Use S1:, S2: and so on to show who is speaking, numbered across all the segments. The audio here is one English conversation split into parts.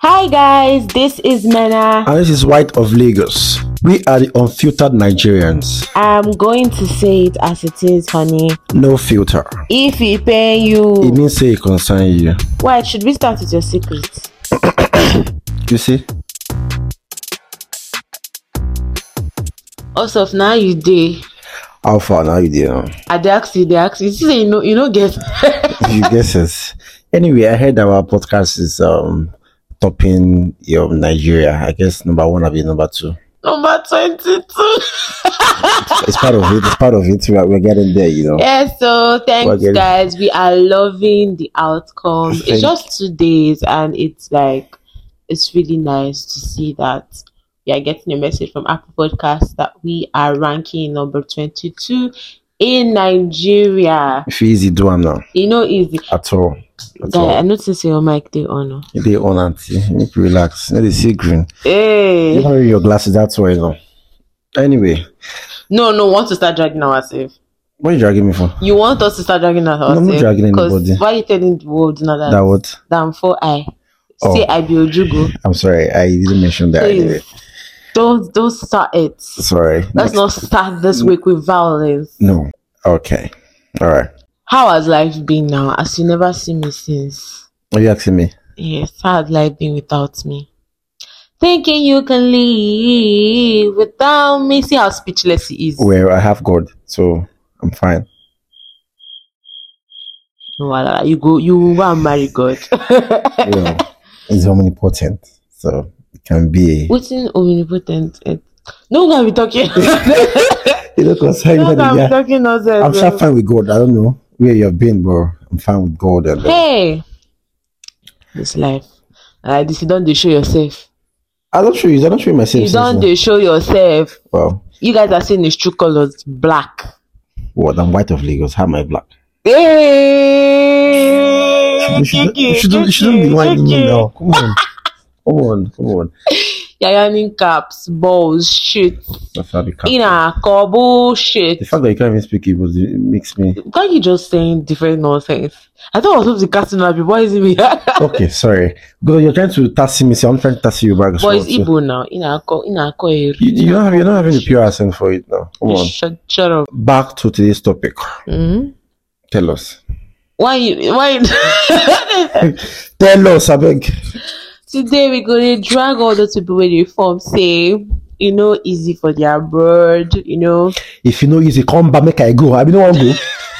S1: Hi guys, this is Mena.
S2: And this is White of Lagos. We are the unfiltered Nigerians.
S1: I'm going to say it as it is, honey.
S2: No filter.
S1: If it pain
S2: It
S1: you,
S2: means say it concern you.
S1: why should we start with your secret?
S2: You see?
S1: Also, if now you day,
S2: How far now you there?
S1: I dey ask you, they ask you. See, say you know, you know, get.
S2: You guess it. Anyway, I heard our podcast is um topping um, Nigeria. I guess number one will be number two.
S1: Number twenty-two.
S2: It's part of it. It's part of it. We are, we're getting there, you know.
S1: yeah, so thanks,
S2: getting-
S1: guys. We are loving the outcome.
S2: Thank-
S1: It's just two days, and it's like it's really nice to see that we are getting a message from Apple Podcasts that we are ranking number twenty-two in Nigeria.
S2: If you easy do am now
S1: You know, easy.
S2: at all. At
S1: Guy, I
S2: all.
S1: noticed your mic dey on. oh.
S2: You dey on auntie. Make you relax. No, they see green. You
S1: Hey,
S2: don't wear your glasses, that's why you know. Anyway,
S1: no, no, want to start dragging ourselves.
S2: what you dragging me for?
S1: You want us to start dragging
S2: not
S1: ourselves?
S2: dragging anybody.
S1: Why you telling the world now that
S2: That what?
S1: than for I
S2: Oh.
S1: say I be Ojugo?
S2: I'm sorry, I didn't mention that.
S1: Please.
S2: Anyway.
S1: Don't don't start it.
S2: Sorry.
S1: Let's not start this week with violence.
S2: No. Okay. All right.
S1: How has life been now? As you never see me since.
S2: Are you asking me?
S1: Yes, how has life been without me? Thinking you can leave without me. See how speechless he is.
S2: Well, I have God, so I'm fine.
S1: No, Walala, you go, you will go and marry God.
S2: You know, it's omnipotent, so it can be.
S1: What's in omnipotent? eh? No, gonna be talking.
S2: You know, 'cause I
S1: no,
S2: know
S1: gonna
S2: that-
S1: be
S2: yeah,
S1: talking nonsense.
S2: I'm
S1: eh?
S2: sure fine with God. I don't know where you've been, bro. I'm fine with God. And, uh,
S1: Hey, this life. Uh, this you don't dey show yourself.
S2: I don't show you. I don't show you myself.
S1: You don't dey show yourself.
S2: Well,
S1: You guys are seeing his true colors, black.
S2: what? I'm white of Lagos. How am I black?
S1: Hey,
S2: You shouldn't, you
S1: Kiki,
S2: shouldn't, you shouldn't be
S1: Kiki,
S2: lying to me
S1: Kiki.
S2: now. Come on. Come on. Come on.
S1: Yayaning caps, balls, shit.
S2: That's how they come.
S1: In a cobble, shit.
S2: The fact that you can't even speak Igbo it makes me
S1: Why you just saying different nonsense? I thought I was supposed to cast another people. Why is it me? but
S2: okay. Sorry, because you're trying to taxi me. So I'm trying to taxi you back. as well,
S1: it's
S2: so-
S1: Igbo now. In a co, in a co, you,
S2: You, you don't have, you're not having the pure accent for it now. Come on.
S1: shut, shut up.
S2: Back to today's topic.
S1: hmm
S2: Tell us.
S1: Why you, why? You,
S2: Tell us, I beg.
S1: Today we're gonna drag all those people with uniform, say, you know, easy for their bird, you know.
S2: If you know easy, come back, make I go. I mean, no one go.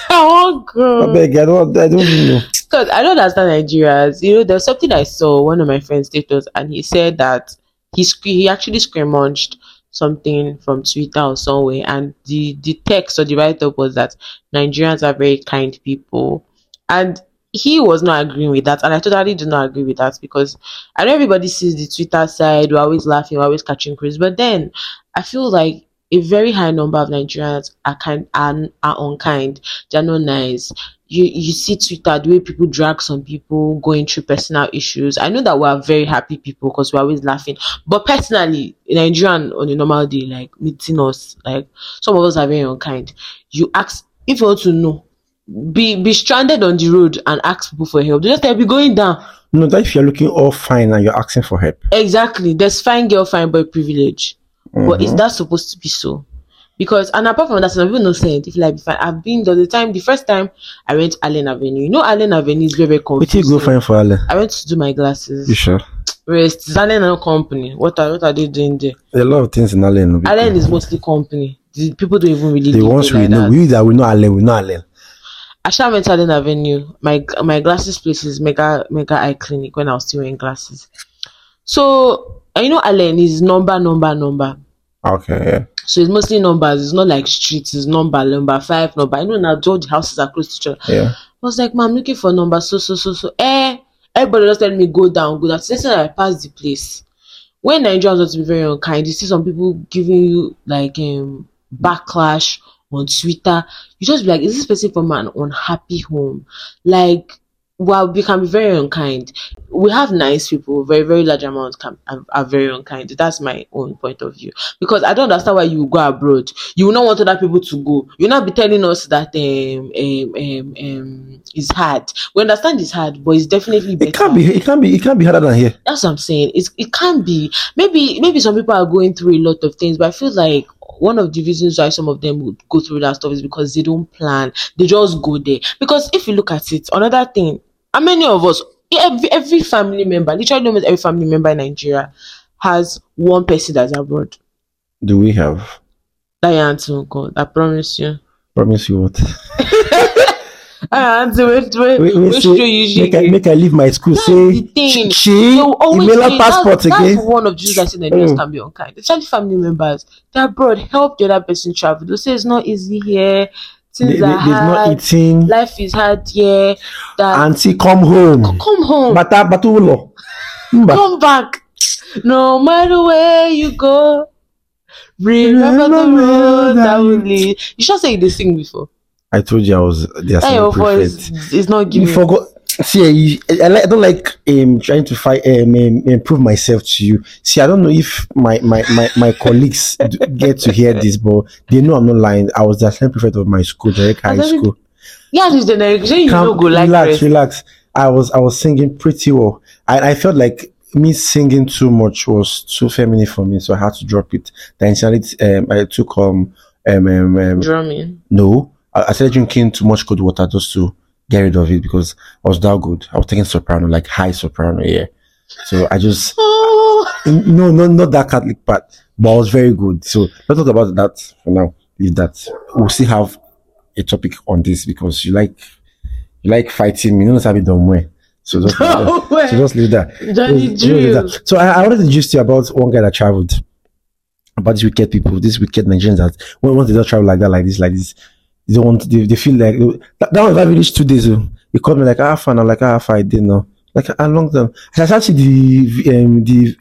S1: Oh
S2: I
S1: girl.
S2: beg. I don't, I don't even know.
S1: Because I don't understand Nigerians. You know, there's something I saw, one of my friends status, and he said that he sc- he actually scrimmauged something from Twitter or somewhere, and the, the text or the write up was that Nigerians are very kind people. And he was not agreeing with that, and I totally do not agree with that because I know everybody sees the Twitter side, we're always laughing, we're always catching craze, but then I feel like a very high number of Nigerians are kind and are unkind. They're not nice. You you see Twitter the way people drag some people going through personal issues. I know that we are very happy people because we're always laughing. But personally, Nigerian on a normal day, like meeting us, like some of us are very unkind. You ask if you want to know, be be stranded on the road and ask people for help. They just tell you going down.
S2: No, that if you're looking all fine and you're asking for help.
S1: Exactly. There's fine girl, fine boy privilege. But is
S2: Mhm.
S1: that supposed to be so? Because and apart from that, some people not saying if like fine. I've been the other time, the first time I went Allen Avenue. You know Allen Avenue is very very
S2: Wait till
S1: confusing.
S2: you go find for Ale.
S1: I went to do my
S2: You
S1: glasses.
S2: sure?
S1: Rest is Allen and company. What are what are they doing there?
S2: There are a lot of things in Ale. no be-
S1: Allen is mostly company. The people don't even really
S2: The
S1: live
S2: ones
S1: there
S2: we
S1: like
S2: know,
S1: that.
S2: we that we know Ale, we know Ale.
S1: I shall went Allen Avenue. My my glasses place is Mega Mega Eye Clinic when I was still wearing glasses. So I know Allen is number number number.
S2: Okay, yeah.
S1: So it's mostly numbers. It's not like streets. It's number, number five, number. I know now all the houses are close to each other.
S2: Yeah.
S1: I was like, "Ma, I'm looking for number so so so so. Eh, everybody just telling me go down, go down. Since I passed the place, when Nigerians want to be very unkind, you see some people giving you like um backlash on Twitter. You just be like, is this person from an unhappy home? Like, well, we can be very unkind. we have nice people, very, very large amount can, are, are very unkind. That's my own point of view. Because I don't understand why you go abroad. You will not want other people to go. You'll not be telling us that um, um, um, um, it's hard. We understand it's hard, but it's definitely better.
S2: It can't be. It can't be. It can't be harder than here.
S1: That's what I'm saying. It's, it can be. Maybe, maybe some people are going through a lot of things, but I feel like one of the reasons why some of them would go through that stuff is because they don't plan. They just go there. Because if you look at it, another thing, how many of us, every, every family member, literally almost every family member in Nigeria has one person that's abroad.
S2: Do we have?
S1: That your auntie will go. I promise you.
S2: Promise you what?
S1: Ah, auntie, wait, wait,
S2: Wait,
S1: wait,
S2: wait,
S1: show
S2: say,
S1: you
S2: make I
S1: Jiggy.
S2: make I leave my school.
S1: That's
S2: say
S1: the thing.
S2: she
S1: They will always
S2: email
S1: say-
S2: passport
S1: that's,
S2: again.
S1: That's one of the reasons I say Nigerians
S2: Mm.
S1: can be unkind. Especially family members. They're abroad. Help the other person travel. They say it's not easy here. Things
S2: They- they-
S1: are
S2: they've not
S1: hard.
S2: eaten.
S1: Life is hard here. That
S2: Auntie, come home.
S1: come home.
S2: Bata batulo. Mba.
S1: come back. No matter where you go, remember the road that will lead. You should say this thing before.
S2: I told you I was there.
S1: That your voice is not
S2: You
S1: giving.
S2: forgot. See, you- I, I, like- I don't like um, trying to fight um, um, improve myself to you. See, I don't know if my my my, my colleagues d- get to hear this, but they know I'm not lying. I was the assistant prefect of my school, Derek High
S1: As every-
S2: School.
S1: Yeah, this is the next. You
S2: Calm-
S1: no go like
S2: relax,
S1: rest.
S2: relax. I was I was singing pretty well. I, I felt like me singing too much was too feminine for me, so I had to drop it. Then initially, um, I took um um, um, um
S1: Drumming.
S2: no, I, I started drinking too much cold water just to get rid of it because I was that good. I was taking soprano, like high soprano, yeah. So I just
S1: Oh,
S2: no, no, not that Catholic part, but I was very good. So let's talk about that for now. Leave that. We'll still have a topic on this because you like you like fighting me. You know how done well. So just leave that.
S1: no way.
S2: so just leave that.
S1: Johnny
S2: Just- just leave
S1: Drew.
S2: that. So I, I wanted to just you about one guy that traveled about these wicked people, these wicked Nigerians that when once they don't travel like that, like this, like this, they don't want they, they feel like that, that was average two days. oh. He called me like ah fine, I'm like ah fine, I didn't know. Like a long time. I started to see the um, the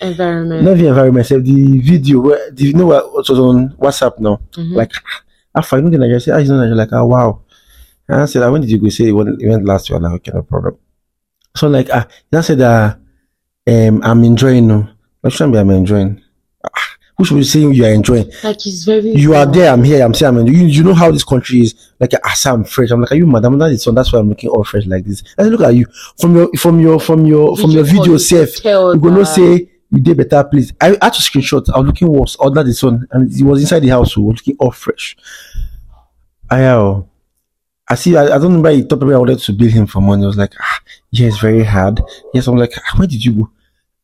S2: uh,
S1: Environment.
S2: not the environment, sef, the video where the, you know what what was on WhatsApp now.
S1: Mhm.
S2: Like ah fine, you know the Nigerian say ah you know Nigeria like ah wow. And I said ah, when did you go? He said it went, it went last year. I'm like okay no problem. So like ah he now said ah um I'm enjoying. oh. I shouldn't be I'm enjoying. Ah, who should be saying you are enjoying?
S1: Like he's very.
S2: you are there, I'm here, I'm saying, I'm you, you know how this country is. Like, I say I'm fresh. I'm like, are you madam? That is on. That's why I'm looking all fresh like this. And look at you from your from your from your from your video safe. You go not say you did better, please. I had to screenshot. I was looking worse. Or that this one, and it was inside the house. We were looking all fresh. I uh, I see. I, I don't remember. He thought probably I wanted to bill him for money. I was like, ah, yeah, it's very hard. Yes, I'm like, ah, where did you go?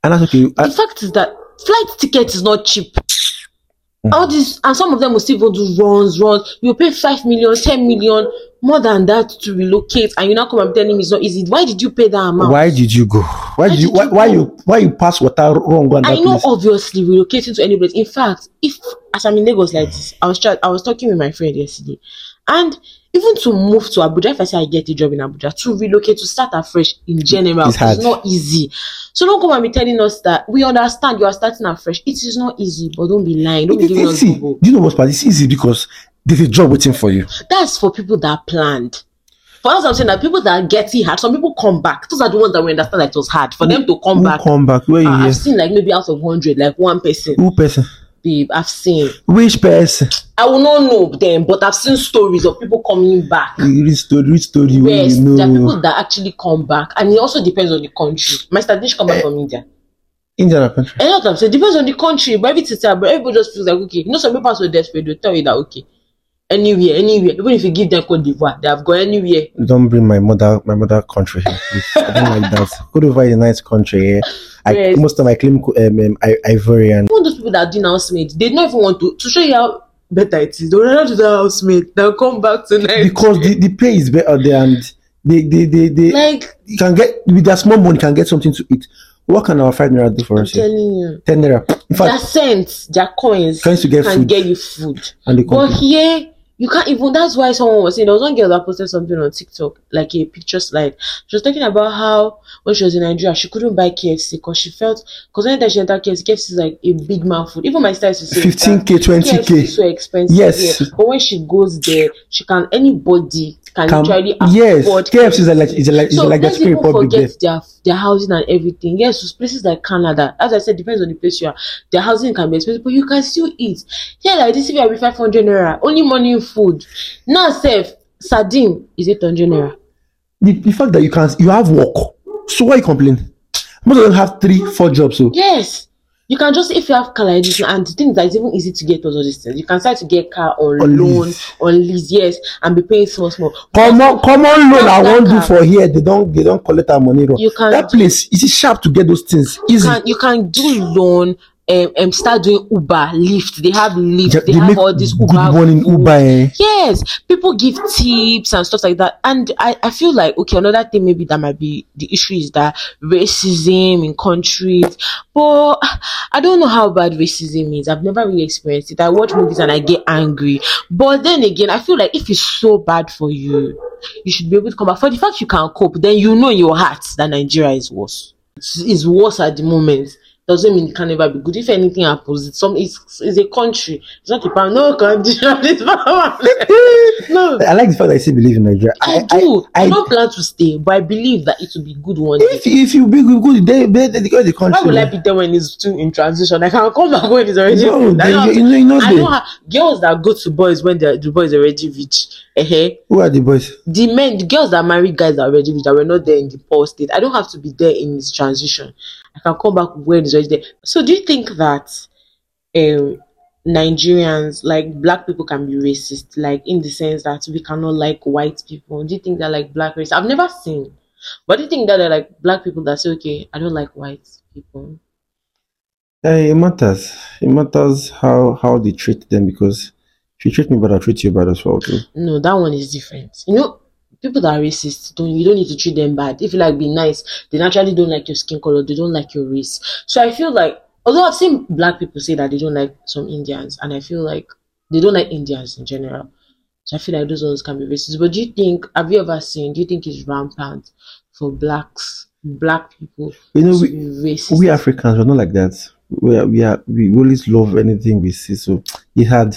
S2: And that's okay. I,
S1: The fact is that flight ticket is not cheap.
S2: Mm.
S1: All this, and some of them will still go do runs, runs. You pay 5 million, 10 million, more than that to relocate, and you now come and tell him it's not easy. Why did you pay that amount?
S2: why did you go? Why did you? Why, why you? Why you pass water wrong on that
S1: I know
S2: place?
S1: obviously relocating to any place. In fact, if as I'm in Lagos like this, I was tra- I was talking with my friend yesterday, and even to move to Abuja, if I say I get a job in Abuja, to relocate to start afresh in general,
S2: It's
S1: it's,
S2: hard.
S1: not easy. So don't come and be telling us that we understand you are starting afresh. It is not easy, but don't be lying. Don't be
S2: It
S1: giving
S2: is
S1: us
S2: easy.
S1: Google.
S2: Do you know what's bad? It's easy because there's a job waiting for you.
S1: That's for people that planned. For us, I'm saying that people that get it hard, some people come back. Those are the ones that we understand that it was hard for them to come
S2: Who
S1: back.
S2: Come back. Where
S1: Uh,
S2: you?
S1: I've
S2: here?
S1: seen like maybe out of hundred, like one person,
S2: Who person?
S1: babe. I've seen.
S2: Which person?
S1: I will not know them, but I've seen stories of people coming back.
S2: Read story. Read story. where
S1: Yes,
S2: You
S1: there are people
S2: know.
S1: that actually come back, and it also depends on the country. My statistics come
S2: Eh.
S1: back from India.
S2: Indian country.
S1: A lot of times, it depends on the country, but everything is but everybody just feels like, okay, you know, some people are so desperate, they'll tell you that, okay, anywhere, anywhere, even if you give them Cote d'Ivoire, they have gone anywhere.
S2: Don't bring my mother. My mother country. here, please. I don't like that. Go over a nice country. Yeah. I
S1: Yes.
S2: most of my claim co- um, um, I, Ivorian.
S1: Even those people that are doing housemate, they don't even want to, to show you how better it is. They'll rather do the housemate than come back tonight.
S2: Because the, the pay is better there and they they they, they
S1: Like,
S2: you can get with that small money you can get something to eat. What can our five naira do for
S1: I'm
S2: us? here?
S1: telling you,
S2: Ten naira. In
S1: their
S2: fact,
S1: cents, their coins,
S2: Coins to get
S1: can
S2: food.
S1: get you food.
S2: and they
S1: But
S2: come.
S1: here, you can't even. That's why someone was saying there was one girl that posted something on TikTok, like a picture slide. She was talking about how when she was in Nigeria, she couldn't buy KFC because she felt because anytime she entered KFC, KFC is like a big man food. Even my style is to say
S2: Fifteen
S1: that
S2: k, twenty
S1: KFC
S2: k.
S1: is so expensive.
S2: Yes.
S1: here. but when she goes there, she can anybody can
S2: Can-
S1: literally afford
S2: yes, KFC is like is like is
S1: so
S2: like the
S1: let's
S2: Chicken
S1: people
S2: Republic there.
S1: forget their their housing and everything. Yes, those places like Canada, as I said, depends on the place you are. Their housing can be expensive, but you can still eat. Here, like this, if you are with five hundred naira, only morning food. Now, safe sardine is eight hundred naira.
S2: The, the fact that you can you have work, so why you complain? Most of them have three, four jobs. So
S1: Yes, you can just if you have car like this, and the thing is that it's even easy to get all those things. You can start to get car on,
S2: On
S1: loan,
S2: lease.
S1: on lease, yes, and be paying small small.
S2: common common loan I
S1: That's that
S2: wan do
S1: can-
S2: for here, they don't they don't collect our money.
S1: You can-
S2: that place it is sharp to get those things
S1: you
S2: easy.
S1: can you can do loan um, um start doing uber lyft they have lyft
S2: They,
S1: they, have all this
S2: good
S1: uber
S2: one in
S1: food.
S2: Uber. Eh.
S1: yes people give tips and stuff like that and i i feel like okay another thing maybe that might be the issue is that racism in countries but i don't know how bad racism is i've never really experienced it i watch movies and i get angry but then again i feel like if it's so bad for you you should be able to come back for the fact you can cope then you know in your heart that nigeria is worse It's- it's worse at the moment doesn't mean it can never be good if anything happens it's some it's, it's a country it's not a power no country it's power no
S2: I like the fact that I still believe in Nigeria.
S1: I, do. I,
S2: I,
S1: don't plan to stay, but I believe that it will be good one day.
S2: if if you be good, then then then the country.
S1: Why will I be there when it's still in transition? I can come back when it's already.
S2: No,
S1: I
S2: they-
S1: don't have
S2: you know- you know
S1: I
S2: they-
S1: don't have girls that go to boys when they're- the boys already rich. eh
S2: Who are the boys?
S1: The men, the girls that marry guys that already rich that were not there in the poor state. I don't have to be there in this transition. I can come back when it's already there. So do you think that um Nigerians, like black people, can be racist, like in the sense that we cannot like white people. Do you think that like black race? I've never seen, but do you think that they're like black people that say, okay, I don't like white people?
S2: Eh, it matters. It matters how how they treat them because if you treat me bad, I treat you bad as well too.
S1: No, that one is different. You know, people that are racist don't you don't need to treat them bad. If you like be nice, they naturally don't like your skin color, they don't like your race. So I feel like although I've seen black people say that they don't like some Indians, and I feel like they don't like Indians in general. So I feel like those ones can be racist. But do you think have you ever seen do you think it's rampant for blacks black people
S2: You know,
S1: to
S2: we
S1: be racist?
S2: we Africans we're not like that. We are, we are we always love anything we see. So it hard.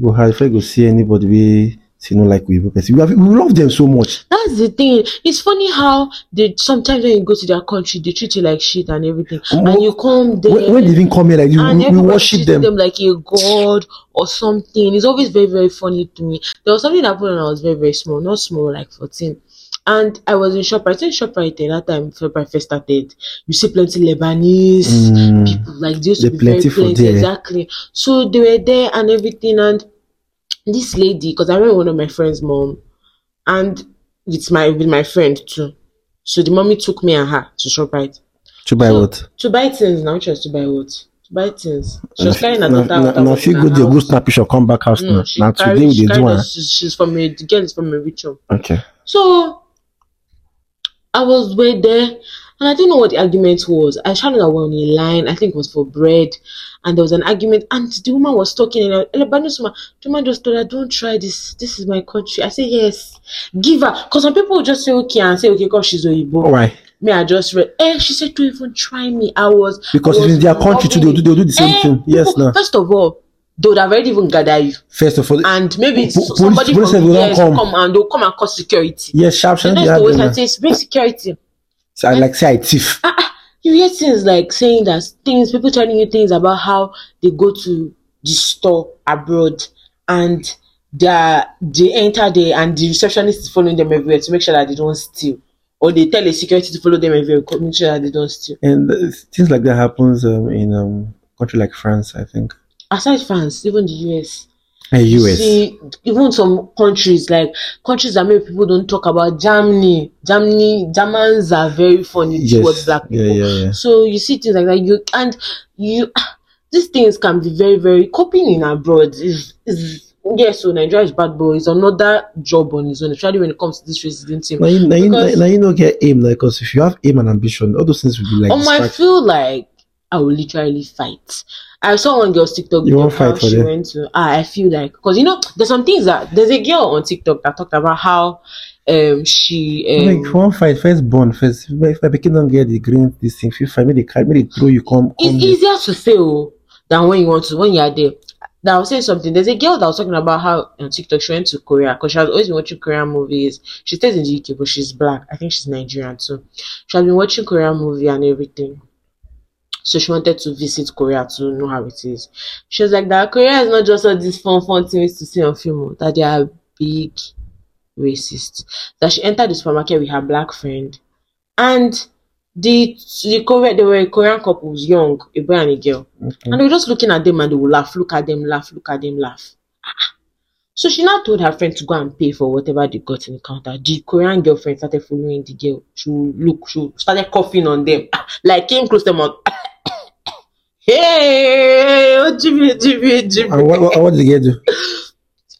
S2: Go hard if I go see anybody we see no like we because we have, we love them so much.
S1: That's the thing. It's funny how they sometimes when you go to their country, they treat you like shit and everything. And you come there
S2: Oh. When, when they even come here, like you,
S1: and
S2: we, we
S1: everybody
S2: worship
S1: treats
S2: them.
S1: like a god or something. It's always very, very funny to me. There was something that happened when I was very, very small, not small, like 14. And I was in ShopRite. I think ShopRite then, that time ShopRite first started. You see plenty Lebanese
S2: Mm.
S1: people, like they used
S2: They're
S1: to be very
S2: plenty for
S1: plenty,
S2: there.
S1: exactly. So they were there and everything. And this lady, because I remember one of my friend's mom, and with my with my friend too. So the mommy took me and her to ShopRite
S2: To buy
S1: So-
S2: what?
S1: to buy things now just to buy what to buy things she
S2: Now,
S1: was carrying her
S2: now-
S1: daughter
S2: now-
S1: out her
S2: now
S1: was
S2: if you
S1: in
S2: go
S1: her
S2: there, go
S1: house.
S2: snap picture, come back house
S1: no,
S2: now.
S1: she
S2: Now
S1: carried,
S2: today
S1: she
S2: they
S1: carried
S2: do one.
S1: us, she's, she's from a the girl is from a ritual
S2: Okay.
S1: so I was way there and I didn't know what the argument was. I shouted at one in line, I think it was for bread, and there was an argument and the woman was talking and Lebanese woman, the woman just told her, Don't try this, this is my country. I said, Yes, give her because some people will just say okay and say okay because she's Oyibo.
S2: All right.
S1: Me, I just read eh, she said don't even try me. I was
S2: Because
S1: I
S2: if
S1: was
S2: it's their country too, they'll do, they'll do the same
S1: Eh,
S2: thing. Yes,
S1: people-
S2: now.
S1: First of all, they would have already even gathered you,
S2: First of all,
S1: and maybe
S2: Po-
S1: so-
S2: police-
S1: somebody
S2: police
S1: from
S2: will not
S1: here come.
S2: come.
S1: come and they'll come and call security.
S2: yes, sharp,
S1: The
S2: sharp. they
S1: next
S2: have
S1: always
S2: them eh?
S1: I
S2: now.
S1: say, bring security.
S2: So
S1: Eh?
S2: I like say I thief.
S1: You hear things like saying that things, people telling you things about how they go to the store abroad and they are, they enter there and the receptionist is following them everywhere to make sure that they don't steal, or they tell the security to follow them everywhere to make sure that they don't steal.
S2: And uh, things like that happens um, in um country like France, I think.
S1: Aside France, even the US.
S2: And
S1: You
S2: US.
S1: see even some countries like countries that maybe people don't talk about germany germany germans are very funny towards
S2: yes.
S1: black people
S2: Yeah, yeah, yeah.
S1: so you see things like that you and you ah, these things can be very very coping in abroad is is yes so nigeria is bad but it's another job on its own especially when it comes to this resident team
S2: Now you, now, you,
S1: Because-
S2: now you don't get aim, like, because if you have aim and ambition, all those things will be like.
S1: um, I
S2: distract-
S1: feel like I will literally fight. I saw one girl's TikTok
S2: You
S1: video
S2: won't
S1: how
S2: fight for
S1: she
S2: them.
S1: went to. Ah, I feel like because you know there's some things that there's a girl on TikTok that talked about how um she um,
S2: like one fight first born first if my, if my pikin don get the green this thing if you fight make they carry make they throw you come come
S1: oh, it's easier to fail than when you want to when you are there. that I was saying something. There's a girl that was talking about how on TikTok she went to Korea because she has always been watching Korean movies. She stays in the UK, but she's black. I think she's Nigerian too. She has been watching Korean movie and everything. So she wanted to visit Korea to know how it is. She was like that Korea is not just all these fun, fun things to see on film, oh, that they are big racists. That she entered the supermarket with her black friend. And the the Korean they were Korean couples, young, a boy and a girl.
S2: Okay.
S1: And they were just looking at them and they would laugh, look at them, laugh, look at them, laugh. Ah. So she now told her friend to go and pay for whatever they got in the counter. The Korean girlfriend started following the girl. She would look, she would- started coughing on them. Ah, Like came close to them on. Hey, oh, Jimmy, Jimmy, Jimmy.
S2: And what, what, what did the girl do?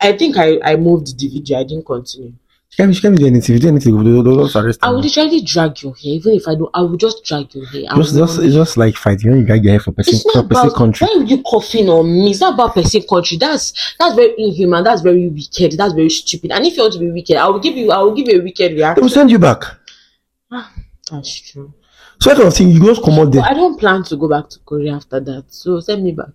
S1: I think I, I moved the video. I didn't continue.
S2: She can't, she can't do anything. If you do anything, they'll, they'll just arrest
S1: I would
S2: her.
S1: literally drag your hair. Even if I don't, I would just drag your hair. I
S2: Just,
S1: would
S2: just, it's just like fighting. When you get your hair for person,
S1: it's not
S2: for person
S1: about
S2: country.
S1: why would you coughing on me it's not about person country that's that's very inhuman that's very wicked that's very stupid and if you want to be wicked i will give you i will give you a wicked
S2: They
S1: reaction
S2: will send you back.
S1: that's true
S2: So that kind of thing, you just come out
S1: but
S2: there.
S1: i don't plan to go back to korea after that so send me back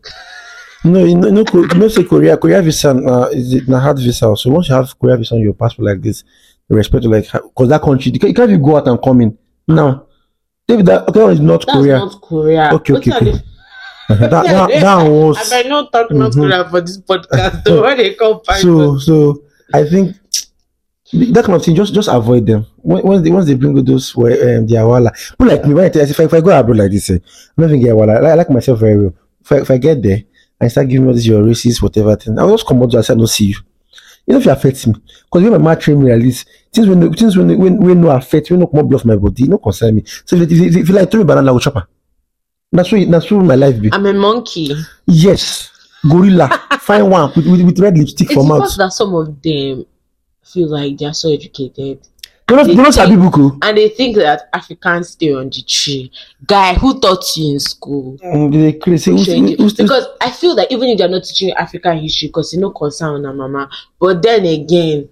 S2: No, you know, no, Ko- you know, say Korea, Korea visa uh, is it na hard visa. So once you have Korea visa on your passport like this, they respect to like because that country, you can't, you can't even go out and come in. No, David, that okay, is North
S1: that's
S2: Korea.
S1: not korea
S2: Okay, okay,
S1: Wetin I dey-
S2: okay. that, that, that was
S1: i might not talk north
S2: Mhm.
S1: korea for this podcast so when they come find
S2: so
S1: us.
S2: so. I think that kind of thing, just just avoid them. When, once they once they bring you those where um, they are wala. But like me, when I tell you, if I, if I go abroad like this, eh, I'm not even get wala. I, I like myself very well. If I, if I get there and start giving me all this your racist whatever thing, I'll just come out to say I don't see you. You know if you affect me, because when my man train me like this, things when things when when when no affect, when no come blow my body, e no concern me. So if, if, if, if you like throw me banana, I will chop her. That's what that's what my life be.
S1: i'm a monkey
S2: Yes, gorilla, find one with, with, with red lipstick
S1: it's
S2: for mouth.
S1: because that some of them feel like they're so educated
S2: They don't they don't sabi buku.
S1: and they think that Africans stay on the tree. Guy, who taught you in school?
S2: Um, they clear say who's,
S1: Shey,
S2: who's, who's,
S1: because I feel that even if they're not teaching you African history, because you know concern na mama. But then again,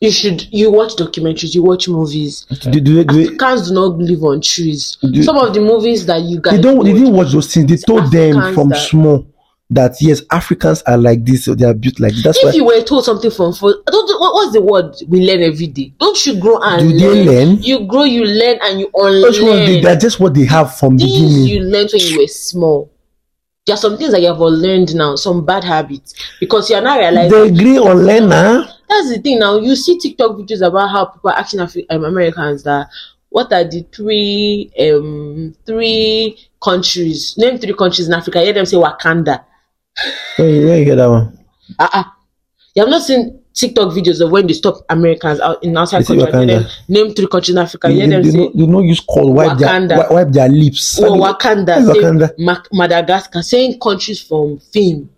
S1: you should you watch documentaries, you watch movies.
S2: do, do, do, they,
S1: Africans do not live on trees.
S2: Do-
S1: Some of the movies that you guys
S2: they don't they didn't watch those things they told them
S1: Africans
S2: from
S1: that-
S2: small that yes africans are like this so they are built like this. that's
S1: If
S2: why
S1: you were told something from first, don't you- what, what's the word we learn every day? Don't you grow and
S2: do they learn
S1: You grow, you learn, and you
S2: that's what they,
S1: unlearn.
S2: that's just what they have from
S1: things you
S2: beginning
S1: learned when you were small. There are some things that you have unlearned now, some bad habits, because you are now
S2: they
S1: realizing
S2: agree on ah. learner
S1: that's the thing. Now you see TikTok videos about how people are asking Afri- um, Americans that what are the three um three countries? Name three countries in Africa. I hear them say Wakanda.
S2: oh, you don't hear that one
S1: Ah ah. You have not seen TikTok videos of when they stop Americans out in outside
S2: They say
S1: country. and tell
S2: Wakanda.
S1: them, Name three countries in Africa. You
S2: they,
S1: hear
S2: they,
S1: them
S2: they,
S1: say
S2: don't, they don't use call wipe their
S1: Wakanda.
S2: wipe, wipe their lips
S1: Or
S2: Why
S1: Wakanda,
S2: why
S1: say
S2: Wakanda?
S1: Ma- Madagascar, saying countries from film.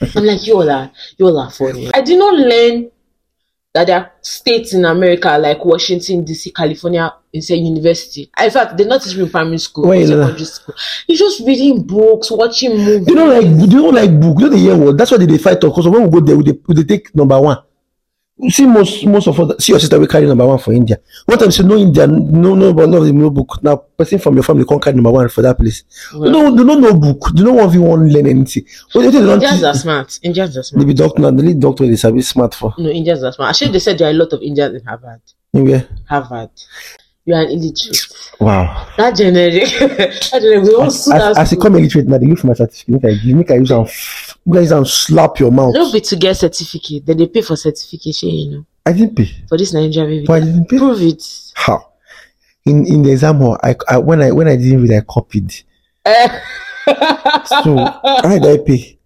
S1: I'm like, you all are, you all are funny. I did not learn that there are states in America like Washington D.C., California, in say university. In fact, they're not teaching me in primary school,
S2: Why
S1: or
S2: you learn?
S1: secondary school. It's just reading books, watching movies.
S2: they don't like they don't like book they don't hear word that's why they, dey fight talk because when we go there we dey we dey take number one you see most most of us see your sister wey carry number one for india one time she no india no no but no no book na person from your family come carry number one for that place
S1: Well.
S2: no they no know book they no wan fit wan learn anything but the thing they don
S1: Indians are
S2: teach
S1: smart. Indians are
S2: they
S1: smart.
S2: be doctor na the lead doctor they sabi smart for
S1: No, Indians are smart. Actually, they said there are a lot of Indians in Harvard.
S2: anywhere
S1: Harvard. You are an illiterate.
S2: wow
S1: That generation, that generation, we all stood
S2: as
S1: out
S2: as you
S1: to-
S2: come illiterate na dey look for my certificate make i give make i use am f- make i use am slap your mouth
S1: no be to get certificate then they pay for certification you know
S2: i didn't pay
S1: for this nigerian baby
S2: but i didn't pay.
S1: prove it
S2: how in in the exam hall I, I when i when i didn't read i copied
S1: Eh.
S2: so how did i pay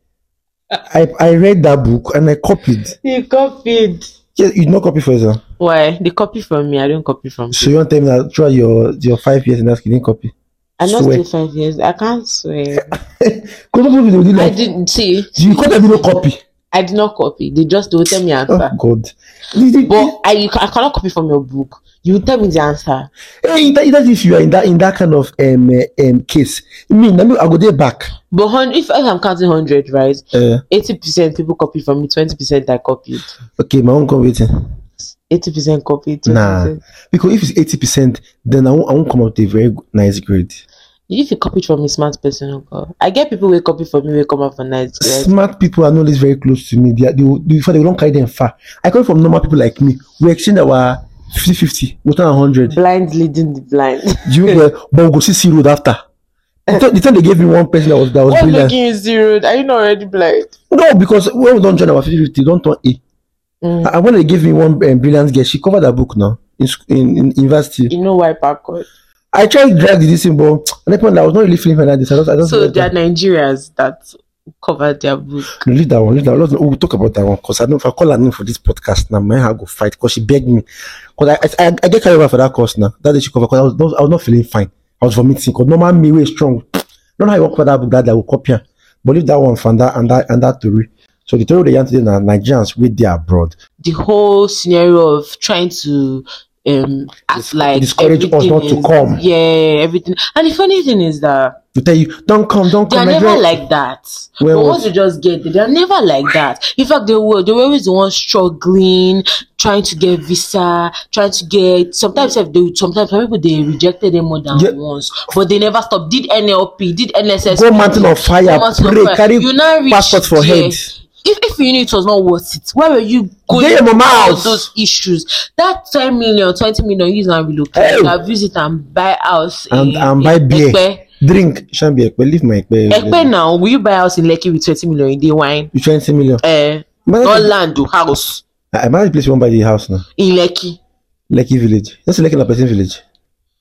S2: i i read that book and i copied
S1: you copied
S2: yes you no copy for exam
S1: why they copy from me i don't copy from
S2: so
S1: you
S2: you wan tell me na throughout your your five years in that school you didn't copy
S1: i not
S2: swear.
S1: still five years i can't swear
S2: because some people dey do
S1: i
S2: like
S1: didn't see
S2: you call them you no copy
S1: i did not copy they just they will tell me
S2: oh
S1: answer
S2: god The- the-
S1: but i you, ca- i cannot copy from your book you will tell me the answer
S2: eh, in that in that if you are in that in that kind of um, eh, um, case me na me i go dey back
S1: but hun- if, if i'm counting 100 right
S2: uh,
S1: 80 percent people copy from me 20 percent i copied
S2: okay my own come wetin
S1: 80 percent copied 20%.
S2: Nah. because if it's eighty percent then i wan i wan come out with a very good- nice grade
S1: If you copy from a smart person, oh God. I get people who copy from me, who come up for nights. guys.
S2: Smart people are not always very close to me. They are, they, will- they, before they don't carry them far. I come from normal people like me. We exchange our 50 50, water and 100.
S1: Blind leading the blind.
S2: You get, but we go see C road after. The time- the time they gave me one person that was that was
S1: What's
S2: brilliant.
S1: making you zero? Are you not already blind?
S2: No, because when we don't join our 50 50, don't turn A.
S1: Mm.
S2: And when they gave me one um, brilliant girl, she covered her book now in, sc- in, in university.
S1: You know why backward.
S2: I tried drag this thing, but at that point I was not really feeling Fernandez. I just, I just
S1: So
S2: left
S1: there are
S2: that.
S1: Nigerians that cover their book.
S2: No, leave that one, leave that one. Let's- We'll talk about that one because I know if I call her name for this podcast now, my heart go fight because she begged me. Because I, I, I, I get carried over for that course now. That day she covered because I was, not, I was not feeling fine. I was vomiting because normal me way strong. Don't know how you work for that book that I will copy. am. But leave that one from that and that and that theory. So the theory they yarn today now Nigerians with they abroad.
S1: The whole scenario of trying to um act
S2: Dis-
S1: like
S2: discourage us not
S1: everything
S2: to come.
S1: Yeah, everything. And the funny thing is that
S2: They tell you don't come, don't
S1: they are
S2: come.
S1: never
S2: Nigeria-
S1: like that.
S2: Where
S1: but
S2: was-
S1: once you just get there, they are never like that. In fact, they were they were always the ones struggling, trying to get visa, trying to get. Sometimes if they sometimes some people they rejected them more than
S2: Yeah.
S1: once, but they never stopped. Did NLP? Did NSS?
S2: go mountain of fire,
S1: Go mountain of
S2: pray,
S1: fire.
S2: carry
S1: You now reach
S2: passport for
S1: there.
S2: head.
S1: If, if you knew it was not worth it, why were you going
S2: Dey your
S1: through
S2: mama
S1: all
S2: house.
S1: those issues? That 10 million, 20 million, you can relocate.
S2: Hey.
S1: You have used it and buy house.
S2: and
S1: in-
S2: and buy
S1: in
S2: beer
S1: Ekpe.
S2: drink shan be ekpe leave my ekpe
S1: Ekpe now, will you buy house in Lekki with 20 million in day wine?
S2: you twenty million
S1: Eh,
S2: Man,
S1: not land, oh, house
S2: i marry the place wey wan buy the house now
S1: in Lekki.
S2: lekki village no say lekki na person village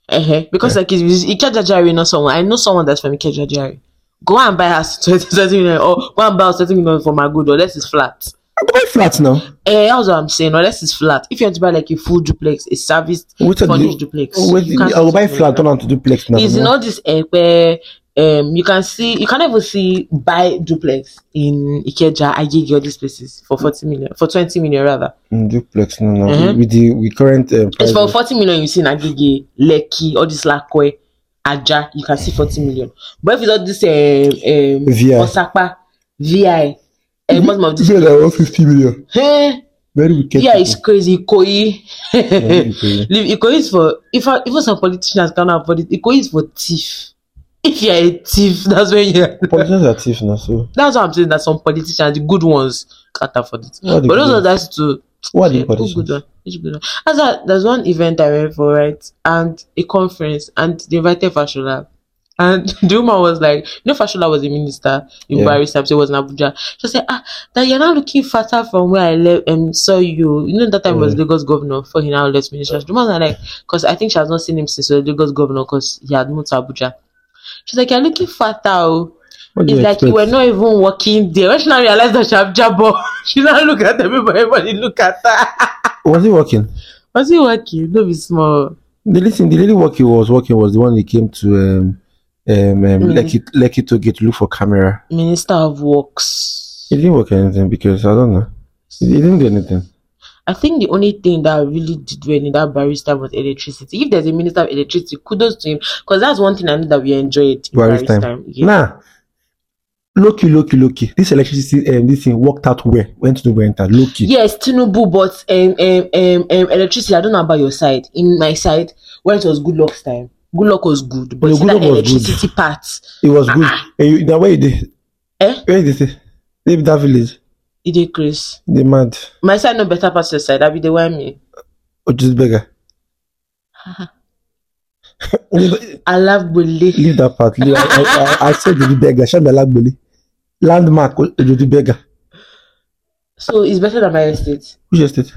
S1: Uh-huh. Because like it's Ikejajari, not someone. I know someone that's from Ikejajari. Go and buy house in 20 20 million or go and buy house 30 million for my good unless it's flat.
S2: i go buy flat now
S1: Eh, that's what I'm saying. Unless it's flat. If you want to buy like a full duplex, a serviced
S2: wetin i
S1: furnished
S2: do
S1: duplex. you
S2: wetin oh, i
S1: can't
S2: go
S1: do
S2: buy
S1: something
S2: flat
S1: like that.
S2: turn am to duplex now
S1: It's not this eh, where um you can see you can even see buy duplex in Ikeja, Agege, all these places for 40 million, for 20 million rather.
S2: Mm, duplex no no
S1: Mhm.
S2: with the with current uh,
S1: It's
S2: price
S1: for 40 million you see in Agege, Lekki, all this Lakwe, Aja, you can see 40 million. But if it's all this um, um
S2: VI.
S1: Osapa, VI, eh, most of
S2: it's
S1: this
S2: like one fifty million
S1: eh,
S2: very wicked
S1: yeah, it's
S2: people
S1: crazy, Ikoyi.
S2: Very wicked.
S1: Leave Ikoyi is for if I, even some politicians cannot afford it. Ikoyi is for thief. If you're a thief, that's when you.
S2: politicians are thieves na so
S1: That's why I'm saying that some politicians, the good ones, can't afford it.
S2: What are the
S1: but those
S2: good
S1: others too.
S2: what are the
S1: eh, who good
S2: politicians
S1: one? Which good one? As a, there's one event I went for, right? And a conference, and they invited Fashola. And the woman was like, you know, Fashola was a minister in
S2: Yeah.
S1: Buhari's time, so he was in Abuja. She said, ah, that you're not looking fatter from where I left and saw you. You know, that time it was
S2: Mm.
S1: Lagos governor before he now left minister. The woman was like, because I think she has not seen him since he was Lagos governor because he had moved to Abuja. She's like, you're looking fatter. oh."
S2: what do
S1: It's
S2: you
S1: like you
S2: expect
S1: were not even working there. When she now realized that she have jabo, she now look at everybody, everybody look at her.
S2: was he working
S1: Was he working? No be small.
S2: The listen, the lady work he was working was the one he came to um um, um
S1: Mm.
S2: Lekki Lekki to get to look for camera.
S1: Minister of Works.
S2: He didn't work anything because I don't know. He, he didn't do anything.
S1: I think the only thing that I really did well in that barista was electricity. If there's a minister of electricity, kudos to him. Because that's one thing I know that we enjoyed in
S2: Barista.
S1: barista. Yeah.
S2: Nah. Loki, Loki, Loki. This electricity um, this thing worked out well. Went to the enter. Loki.
S1: Yes, Tinubu, but um, um, um, um, electricity, I don't know about your side. In my side, when it was good luck's time, good luck was good. But
S2: No,
S1: see
S2: good
S1: that
S2: luck was good.
S1: electricity part,
S2: It was good. And you that way you did
S1: Ah. eh?
S2: where you did leave that village.
S1: It decreased.
S2: They mad.
S1: My side no better pass your side. I be the one me.
S2: Or just beggar. leave
S1: I love bully.
S2: that part. Leave, I, I, I, I said the beggar. Shabba Lagboli. Landmark the beggar.
S1: So it's better than my estate.
S2: Which estate?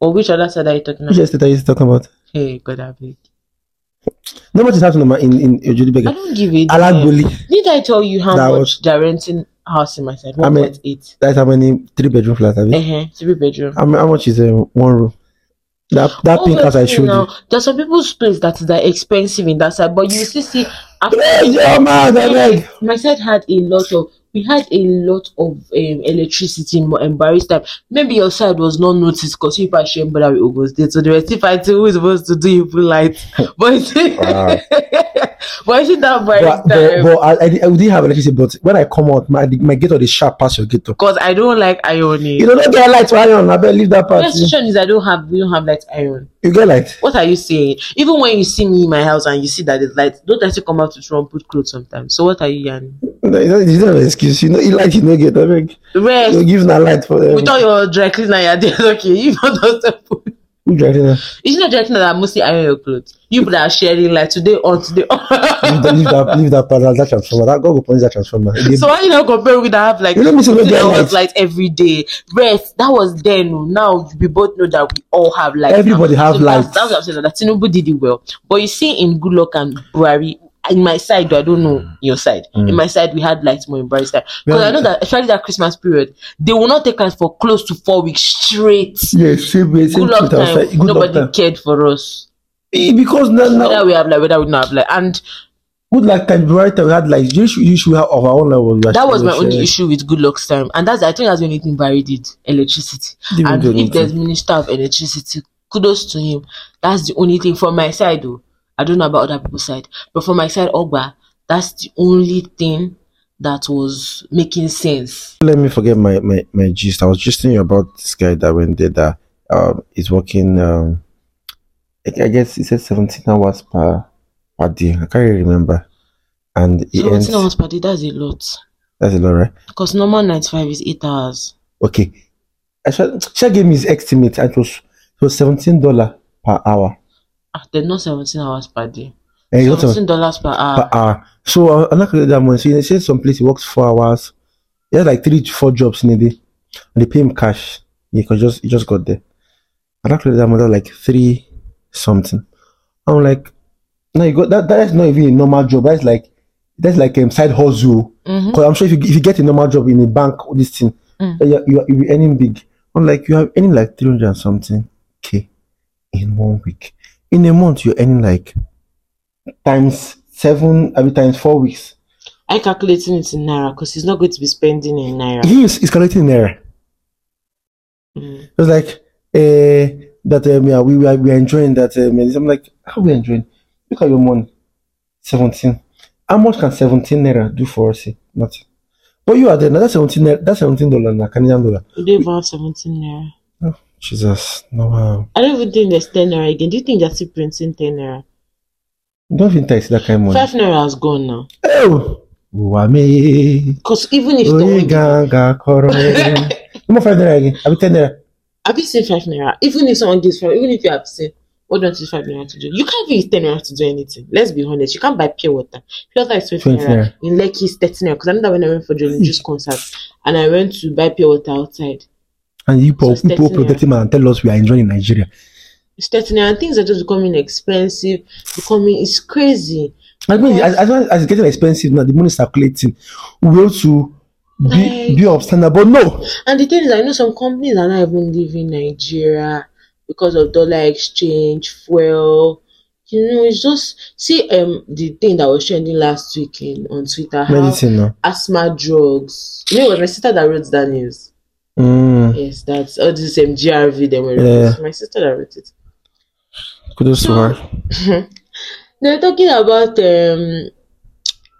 S1: Or which other side are you talking
S2: Which
S1: about?
S2: estate are you talking about?
S1: Hey, God, I beg.
S2: No much is happening ma- in in Ojodi
S1: I
S2: Bega.
S1: don't give it.
S2: Alagboli.
S1: Did I tell you how
S2: That
S1: much
S2: was-
S1: they're renting house in my side?
S2: I
S1: One
S2: mean-
S1: point eight.
S2: That's how many three bedroom flats have you?
S1: Uh-huh. Three bedroom.
S2: How, mu- how much is um, one room? That that pink house I
S1: Obviously
S2: showed you.
S1: now, There's some people's place that is that expensive in that side, but you still see.
S2: Hey,
S1: After
S2: yeah, man, I beg.
S1: my side had a lot of. we had a lot of um, electricity in, Mo- in Barry's time. Maybe your side was not noticed because you probably sharing brother with Ogun State, so they were still fighting who is supposed to do Ibu light. But is it,
S2: Wow.
S1: but is it that Barry's
S2: But, but,
S1: time?
S2: but I, I, di- I didn't have electricity, but when I come out, my, my gate or the sharp pass your gate. oh.
S1: Because I don't like ironing.
S2: You
S1: You know,
S2: don't get light to iron. I better leave that part.
S1: the situation is I don't have we don't have light iron.
S2: You get light.
S1: What are you saying? Even when you see me in my house and you see that it's light, don't actually come out to throw and put clothes sometimes. So what are you yarning?
S2: No, you don't, you don't have an excuse. You know, you light, you know, get. I beg.
S1: Rest
S2: You give na light for um, them.
S1: with all your dry cleaner you're there, okay. You don't have to put
S2: Who drive that?
S1: It's not just that I mostly iron your clothes. You people that are sharing like today on today on.
S2: Leave that, leave that, leave that part. That, that transformer. That God go punish that transformer. They-
S1: so why you not compare with that have like
S2: You know me say no
S1: fifteen
S2: get
S1: hours
S2: light.
S1: light every day? Rest that was then. oh. Now we both know that we all have light.
S2: Everybody
S1: now.
S2: have
S1: so
S2: light.
S1: That's, that's what I'm saying. That Tinubu did it well, but you see in Good Luck and Buhari. In my side, though, I don't know your side.
S2: Mm.
S1: In my side, we had light more in Buhari's side because
S2: Yeah.
S1: I know that especially that Christmas period, they will not take us for close to four weeks straight.
S2: Yes, same way, same
S1: Good luck
S2: truth outside.
S1: time.
S2: Good luck
S1: Nobody
S2: time.
S1: cared for us.
S2: Eh, Because now,
S1: whether
S2: now
S1: we have like whether we not have like and
S2: good luck time. Right, we had like you should, you should have of our own level.
S1: that was my only issue with good luck's time and that's i think that's the only thing barry did electricity
S2: Didn't
S1: and
S2: do
S1: if there's
S2: anything.
S1: minister of electricity kudos to him that's the only thing from my side though i don't know about other people's side but from my side ogba that's the only thing that was making sense
S2: Let me forget my my my gist. I was just thinking about this guy that went there that um is working. Um, I I guess he said seventeen hours per per day. I can't really remember. And he
S1: so
S2: ends.
S1: 18 hours per day that's a lot
S2: That's a lot, right?
S1: because normal 95 is 8 hours
S2: Okay. I shall, shall give me his estimate. and It was it was seventeen dollar per hour.
S1: ah they're not 17 hours per day
S2: Eh, it was 17
S1: 17 dollars per hour
S2: per hour. So uh, I'm not gonna do that money. So he said some place he works four hours. He has like three to four jobs in a day. And they pay him cash. He could just he just got there. I'm not gonna do that money that was like three something. I'm like, no, you got that that is not even a normal job. That's like that's like a um, side hustle.
S1: mm-hmm.
S2: Because Mm. I'm sure if you, if you get a normal job in a bank or this thing,
S1: Mm.
S2: you, you, you'll be earning big. I'm like, you have earning like 300 and something K in one week. In a month, you're earning like times seven, every times four weeks.
S1: i calculating it in naira because he's not going to be spending in naira
S2: He is, is collecting there.
S1: Mm.
S2: It was like, eh, that um, yeah, we, we, are, we are enjoying that. Um, and I'm like, how we enjoying? Look at your money 17. How much can 17 naira do for us? eh? Nothing. But you are there now. That's 17 naira, that's 17 dollar now, Canadian dollar.
S1: We don't even have 17 naira.
S2: Jesus, no wow.
S1: I don't even think there's 10 naira again. Do you think they're still printing 10 naira?
S2: Don't think tax that kind of money.
S1: 5 naira has gone now.
S2: Oh, Uwame.
S1: Because even if
S2: Oye
S1: the
S2: ganga koro. Number five naira again. Abi ten naira.
S1: have you seen 5 naira? Even if someone gives 5, even if you have seen, what don't you 5 naira to do? You can't even use 10 naira to do anything. Let's be honest. You can't buy pure water. Pure water is 20
S2: 20
S1: naira.
S2: naira.
S1: In Lekki, it's 30 naira. Because I know that when I went for Jolly Juice concert and I went to buy pure water outside,
S2: And you people,
S1: it's 13
S2: people
S1: naira.
S2: protecting man and tell us we are enjoying Nigeria.
S1: it's 30 naira. And things are just becoming expensive, becoming, it's crazy.
S2: I mean, as, as, long as it's getting expensive now, the money is circulating. We ought to be, be upstanding. But no,
S1: And the thing is, I know some companies are not even leaving Nigeria because of dollar exchange, fuel. You know, it's just see um the thing that was trending last weekend on Twitter how
S2: medicine now.
S1: asthma drugs. You know, it was my sister that wrote that news.
S2: Mm,
S1: Yes, that's all this um, MGRV they were
S2: Yeah.
S1: it's my sister that wrote it.
S2: kudos to her.
S1: They were talking about um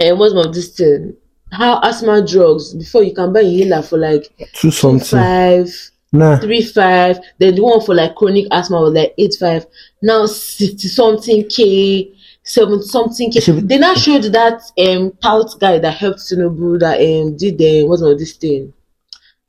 S1: and what's of this thing? How asthma drugs before you can buy inhaler for like two
S2: Two something.
S1: five
S2: Nah.
S1: three five then the one for like chronic asthma was like eight five now sixty something k seven something k
S2: It should be-
S1: they now showed that um tout guy that helped tinubu that um did the what's all this thing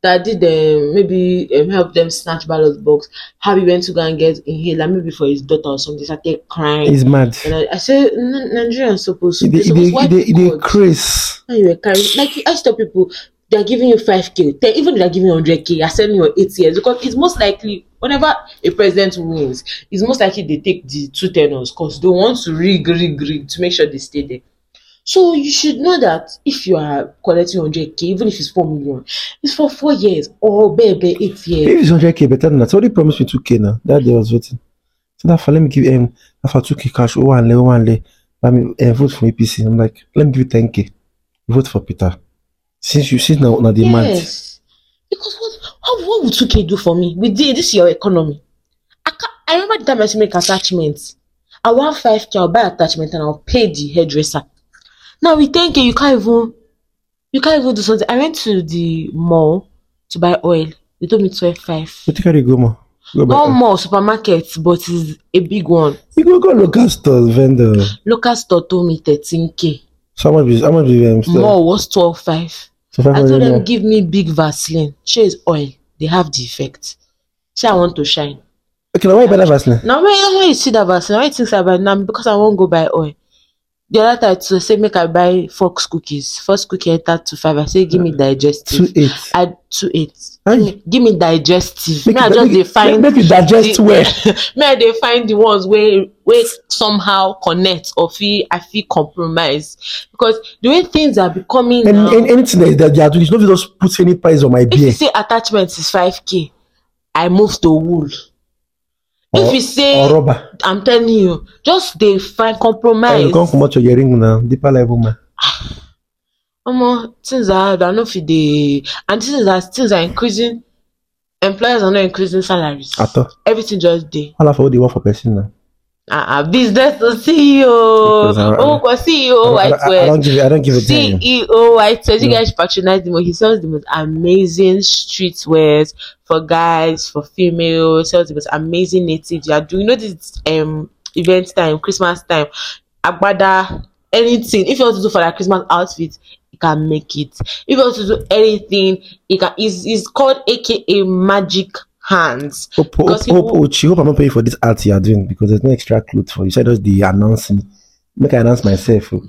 S1: that did um maybe um, help them snatch ballot box how he went to go and get inhaler maybe for his daughter or something started crying
S2: It's mad.
S1: and I, I say "N- nigerians suppose
S2: They,
S1: they
S2: they,
S1: suppose
S2: they,
S1: wipe
S2: they, they
S1: God."
S2: craze.
S1: when you were carrying like i tell people they are giving you five k ten even if they are giving you hundred k you are selling your eight years because it's most likely whenever a president wins it's most likely they take the two tenors because they want to rig rig rig to make sure they stay there so you should know that if you are collecting hundred k even if it's four million it's for four years or bebe eight years
S2: Maybe it's 100k better than that. Somebody promised me 2k now. That day I was voting. So that for let me give him after 2k cash. Oh, one lay, oh, one lay. Let me eh, vote for APC. I'm like, let me give you 10k. Vote for Peter. since you since now na the month
S1: yes because what what what would 2k do for me with this, this your economy i can i remember the time i used to make attachments i will have 5k i'll buy attachment and i'll pay the hairdresser now with 10k you can't even you can't even do something i went to the mall to buy oil they told me 12.5
S2: you take carry go ma go back
S1: all mall supermarket but it's a big one
S2: you go go local store vendor
S1: local store told me 13k
S2: so how much be how much be um, store
S1: mall was 12.5
S2: so five
S1: I told
S2: hundred
S1: them,
S2: naira
S1: give me big Vaseline. Share is oil. They have the effect. Say I want to shine.
S2: okay na why you buy that vaseline
S1: Now when, when you see that Vaseline, when you think about now because I won't go buy oil. The other time to say make I buy fox cookies. First cookie enter to five. I say give me
S2: two
S1: digestive.
S2: eight
S1: I two eight.
S2: Aye.
S1: Me- Give me digestive.
S2: Make
S1: Make I
S2: you-
S1: just
S2: make you-
S1: they find
S2: make you digest
S1: the-
S2: well.
S1: May I they find the ones where where somehow connect or feel I feel compromised because the way things are becoming
S2: and
S1: now,
S2: and anything that that they are doing is not just put any price on my
S1: if you
S2: beer
S1: say attachment is 5k i move to wool
S2: or
S1: if you say
S2: or rubber
S1: i'm telling you just dey find
S2: and
S1: compromise
S2: you come comot your earring na deeper level ma
S1: omo things are hard i no fit dey and things are things are increasing employers are not increasing salaries
S2: at all
S1: everything just dey
S2: all of all the work for person na.
S1: ah ah business to Oh, ceo
S2: Because I- I-
S1: oko ceo
S2: Oh, I,
S1: white
S2: don't- I, I
S1: wear
S2: don't give it. I don't give it damn.
S1: ceo white wear you
S2: No.
S1: guys patronize him he sells the most amazing streetwears for guys for females sells the most amazing native you are doing you know this um event time christmas time agbada anything if you want to do for that christmas outfit you can make it if you want to do anything you can it's, it's called aka magic hands
S2: Hope, hope,
S1: Because
S2: hope,
S1: people-
S2: Uchi, hope I'm not paying for this art you are doing because there's no extra clothes for you. So just the announcing. Make I announce myself. oh.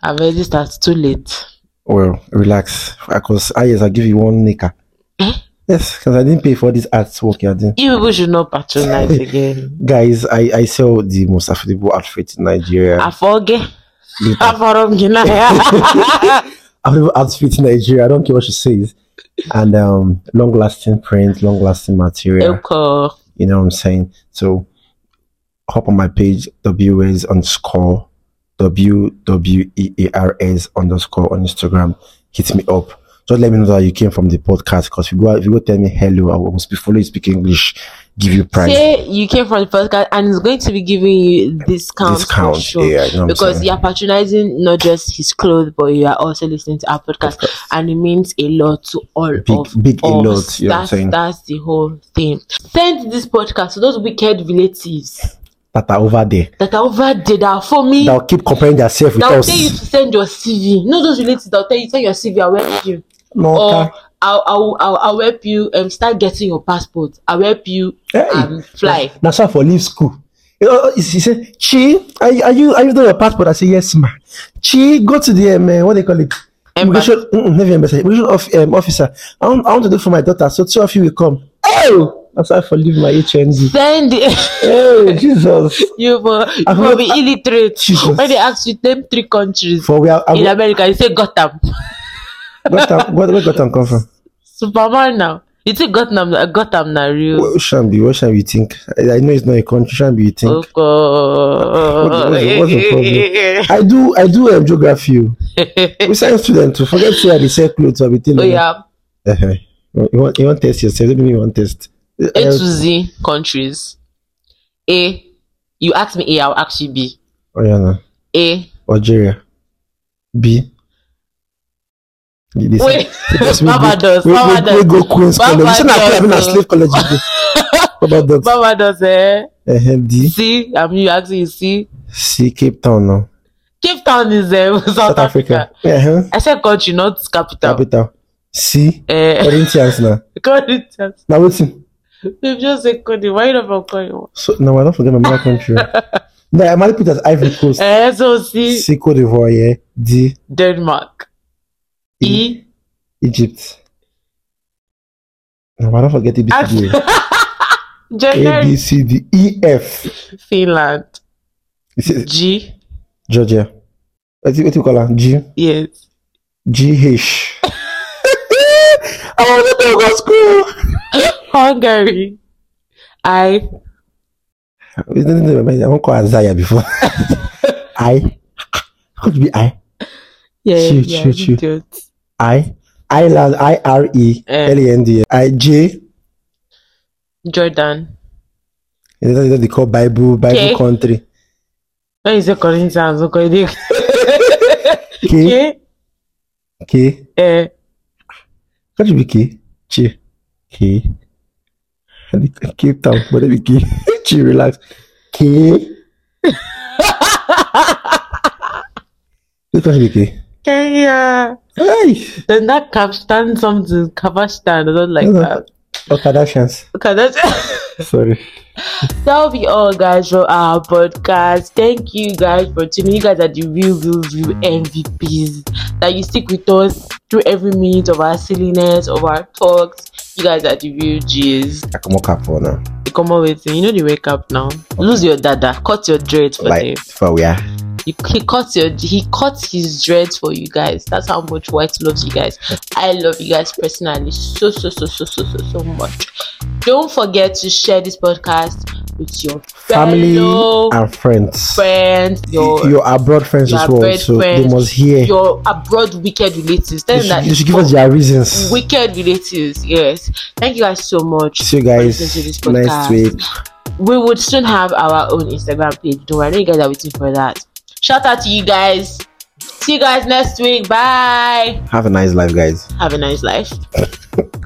S1: i've already started too late
S2: Well, relax. Because I yes, I'll give you one nicker. Hmm?
S1: Eh?
S2: Yes, because I didn't pay for this art work you are doing.
S1: you people should not patronize again
S2: Guys, I, I sell the most affordable outfit in Nigeria.
S1: afoge
S2: The
S1: aforomgina
S2: affordable outfit in Nigeria. I don't care what she says. And um, long lasting print, long lasting material.
S1: Elko.
S2: You know what I'm saying? So hop on my page, WS underscore W W E A R S underscore on Instagram. Hit me up. Just let me know that you came from the podcast because if you go if you go tell me hello, I will speak follow you speak English, give you price
S1: Say you came from the podcast and it's going to be giving you discount.
S2: discount.
S1: For sure.
S2: Yeah, you know what I'm
S1: Because
S2: saying?
S1: you're patronizing not just his clothes, but you are also listening to our podcast, and it means a lot to all of
S2: big big a lot,
S1: us.
S2: you know what I'm
S1: that's,
S2: saying?
S1: that's the whole thing. Send this podcast to those wicked relatives
S2: That are over there.
S1: that are over there that are for me.
S2: They'll keep comparing themselves with
S1: That will tell you to
S2: us.
S1: send your CV. Not those relatives that will tell you send your CV. I'll help you,
S2: No,
S1: or I'll, I'll, I'll, I'll help you um, start getting your passport. I'll help you
S2: Hey.
S1: um, fly.
S2: That's why for leave school. You know, uh, He he said, Chi, are, you- are you are you done your passport? I said, Yes, ma. Chi, go to the um, uh, what they call it?
S1: Embassy.
S2: Immigration, mm, not embassy. Immigration of, um, officer. I want, I want to do for my daughter, so two of you will come. Oh, that's why for leave my HND.
S1: Send it.
S2: oh, Jesus.
S1: you for you
S2: I've
S1: for
S2: not-
S1: be illiterate
S2: Jesus.
S1: when they ask you name three countries
S2: For where I
S1: in
S2: got
S1: america you say gotham
S2: Gotham, where, where Gotham come from?
S1: superman now you say gotham na gotham na real
S2: Where Shambi, what shall we think? I, I know it's not a country. Shambi, you think?
S1: oko
S2: what's the- what's the problem? I do, I do um, geography. oh. We science student to forget say I dey sell clothes or everything.
S1: oh yeah
S2: Uh-huh. You, want, you want test yourself? Let me one test.
S1: a
S2: Uh,
S1: to z countries a you ask me a i'll ask you b
S2: oh, yeah, no.
S1: a
S2: Algeria. B. They- they say-
S1: Wait,
S2: they just make
S1: Barbados,
S2: we- we- we-
S1: Barbados.
S2: We go Queen's College. You say na
S1: Barbados,
S2: Queen, I mean na
S1: oh.
S2: slave college. you go. Barbados.
S1: barbados eh
S2: Uh-huh. D.
S1: c i'm you asking you c
S2: C. Cape Town now.
S1: cape town is um, south,
S2: South
S1: africa. Então.
S2: Africa. Uh-huh.
S1: i said country not capital,
S2: Capital. C.
S1: eh
S2: Corinthians now.
S1: Corinthians.
S2: Now wetin?
S1: We've just said Cody. Why you not from Cody?
S2: So now I don't forget my mother country. no, I might put as é Ivory Coast.
S1: Eh, so see
S2: C. Cote d'Ivoire. yeah. D.
S1: Denmark. E.
S2: Egypt. Now I don't forget
S1: Ah,
S2: ABCD. A B
S1: Generic
S2: C D E F.
S1: Finland.
S2: It says
S1: G.
S2: Georgia. What do you what do you call her? G
S1: Yes.
S2: G H. I want to go to school.
S1: Hungary. I.
S2: We don't know, but I won't call her um Zaya before. I could be I
S1: Yeah.
S2: Chew,
S1: yeah,
S2: chew, chew.
S1: idiot.
S2: I Ireland, I R E L E N D I J.
S1: Jordan.
S2: Is that what they call Bible Bible
S1: K.
S2: country?
S1: When you say Corinthians, okay, they-
S2: K
S1: okay.
S2: K.
S1: Eh,
S2: Can't you be K? Ch K. And it- Cape Town, but it be K. Ch relax. K. Which country be K?
S1: Kenya.
S2: Hey,
S1: Then that Kafstan something, Kafastan, I don't like uh,
S2: No, no.
S1: that.
S2: or Oh, Kardashians.
S1: Okay, that's.
S2: Sorry.
S1: That'll be all, guys, for our podcast. Thank you guys for tuning. You guys are the real, real, real MVPs. That you stick with us through every minute of our silliness, of our talks. You guys are the real G's.
S2: I come up for now.
S1: You come on with it. You know the wake up now. Lose your dada. Cut your dread for
S2: Like
S1: them.
S2: for we are.
S1: He, he cut your he cut his dreads for you guys. That's how much White loves you guys. I love you guys personally so so so so so so so much. Don't forget to share this podcast with your
S2: Family
S1: fellow
S2: and friends.
S1: friends, your
S2: your abroad friends
S1: your
S2: as well,
S1: abroad
S2: so they
S1: friends,
S2: must hear.
S1: your abroad wicked relatives. Tell them
S2: They
S1: that
S2: should, they should
S1: it's
S2: give us
S1: for
S2: their reasons.
S1: wicked relatives. Yes. Thank you guys so much.
S2: See you
S1: for
S2: guys
S1: listening to this
S2: next
S1: podcast.
S2: week.
S1: We would soon have our own Instagram page. Don't worry, I know you guys are waiting for that. Shout out to you guys. See you guys next week. Bye.
S2: Have a nice life, guys.
S1: Have a nice life.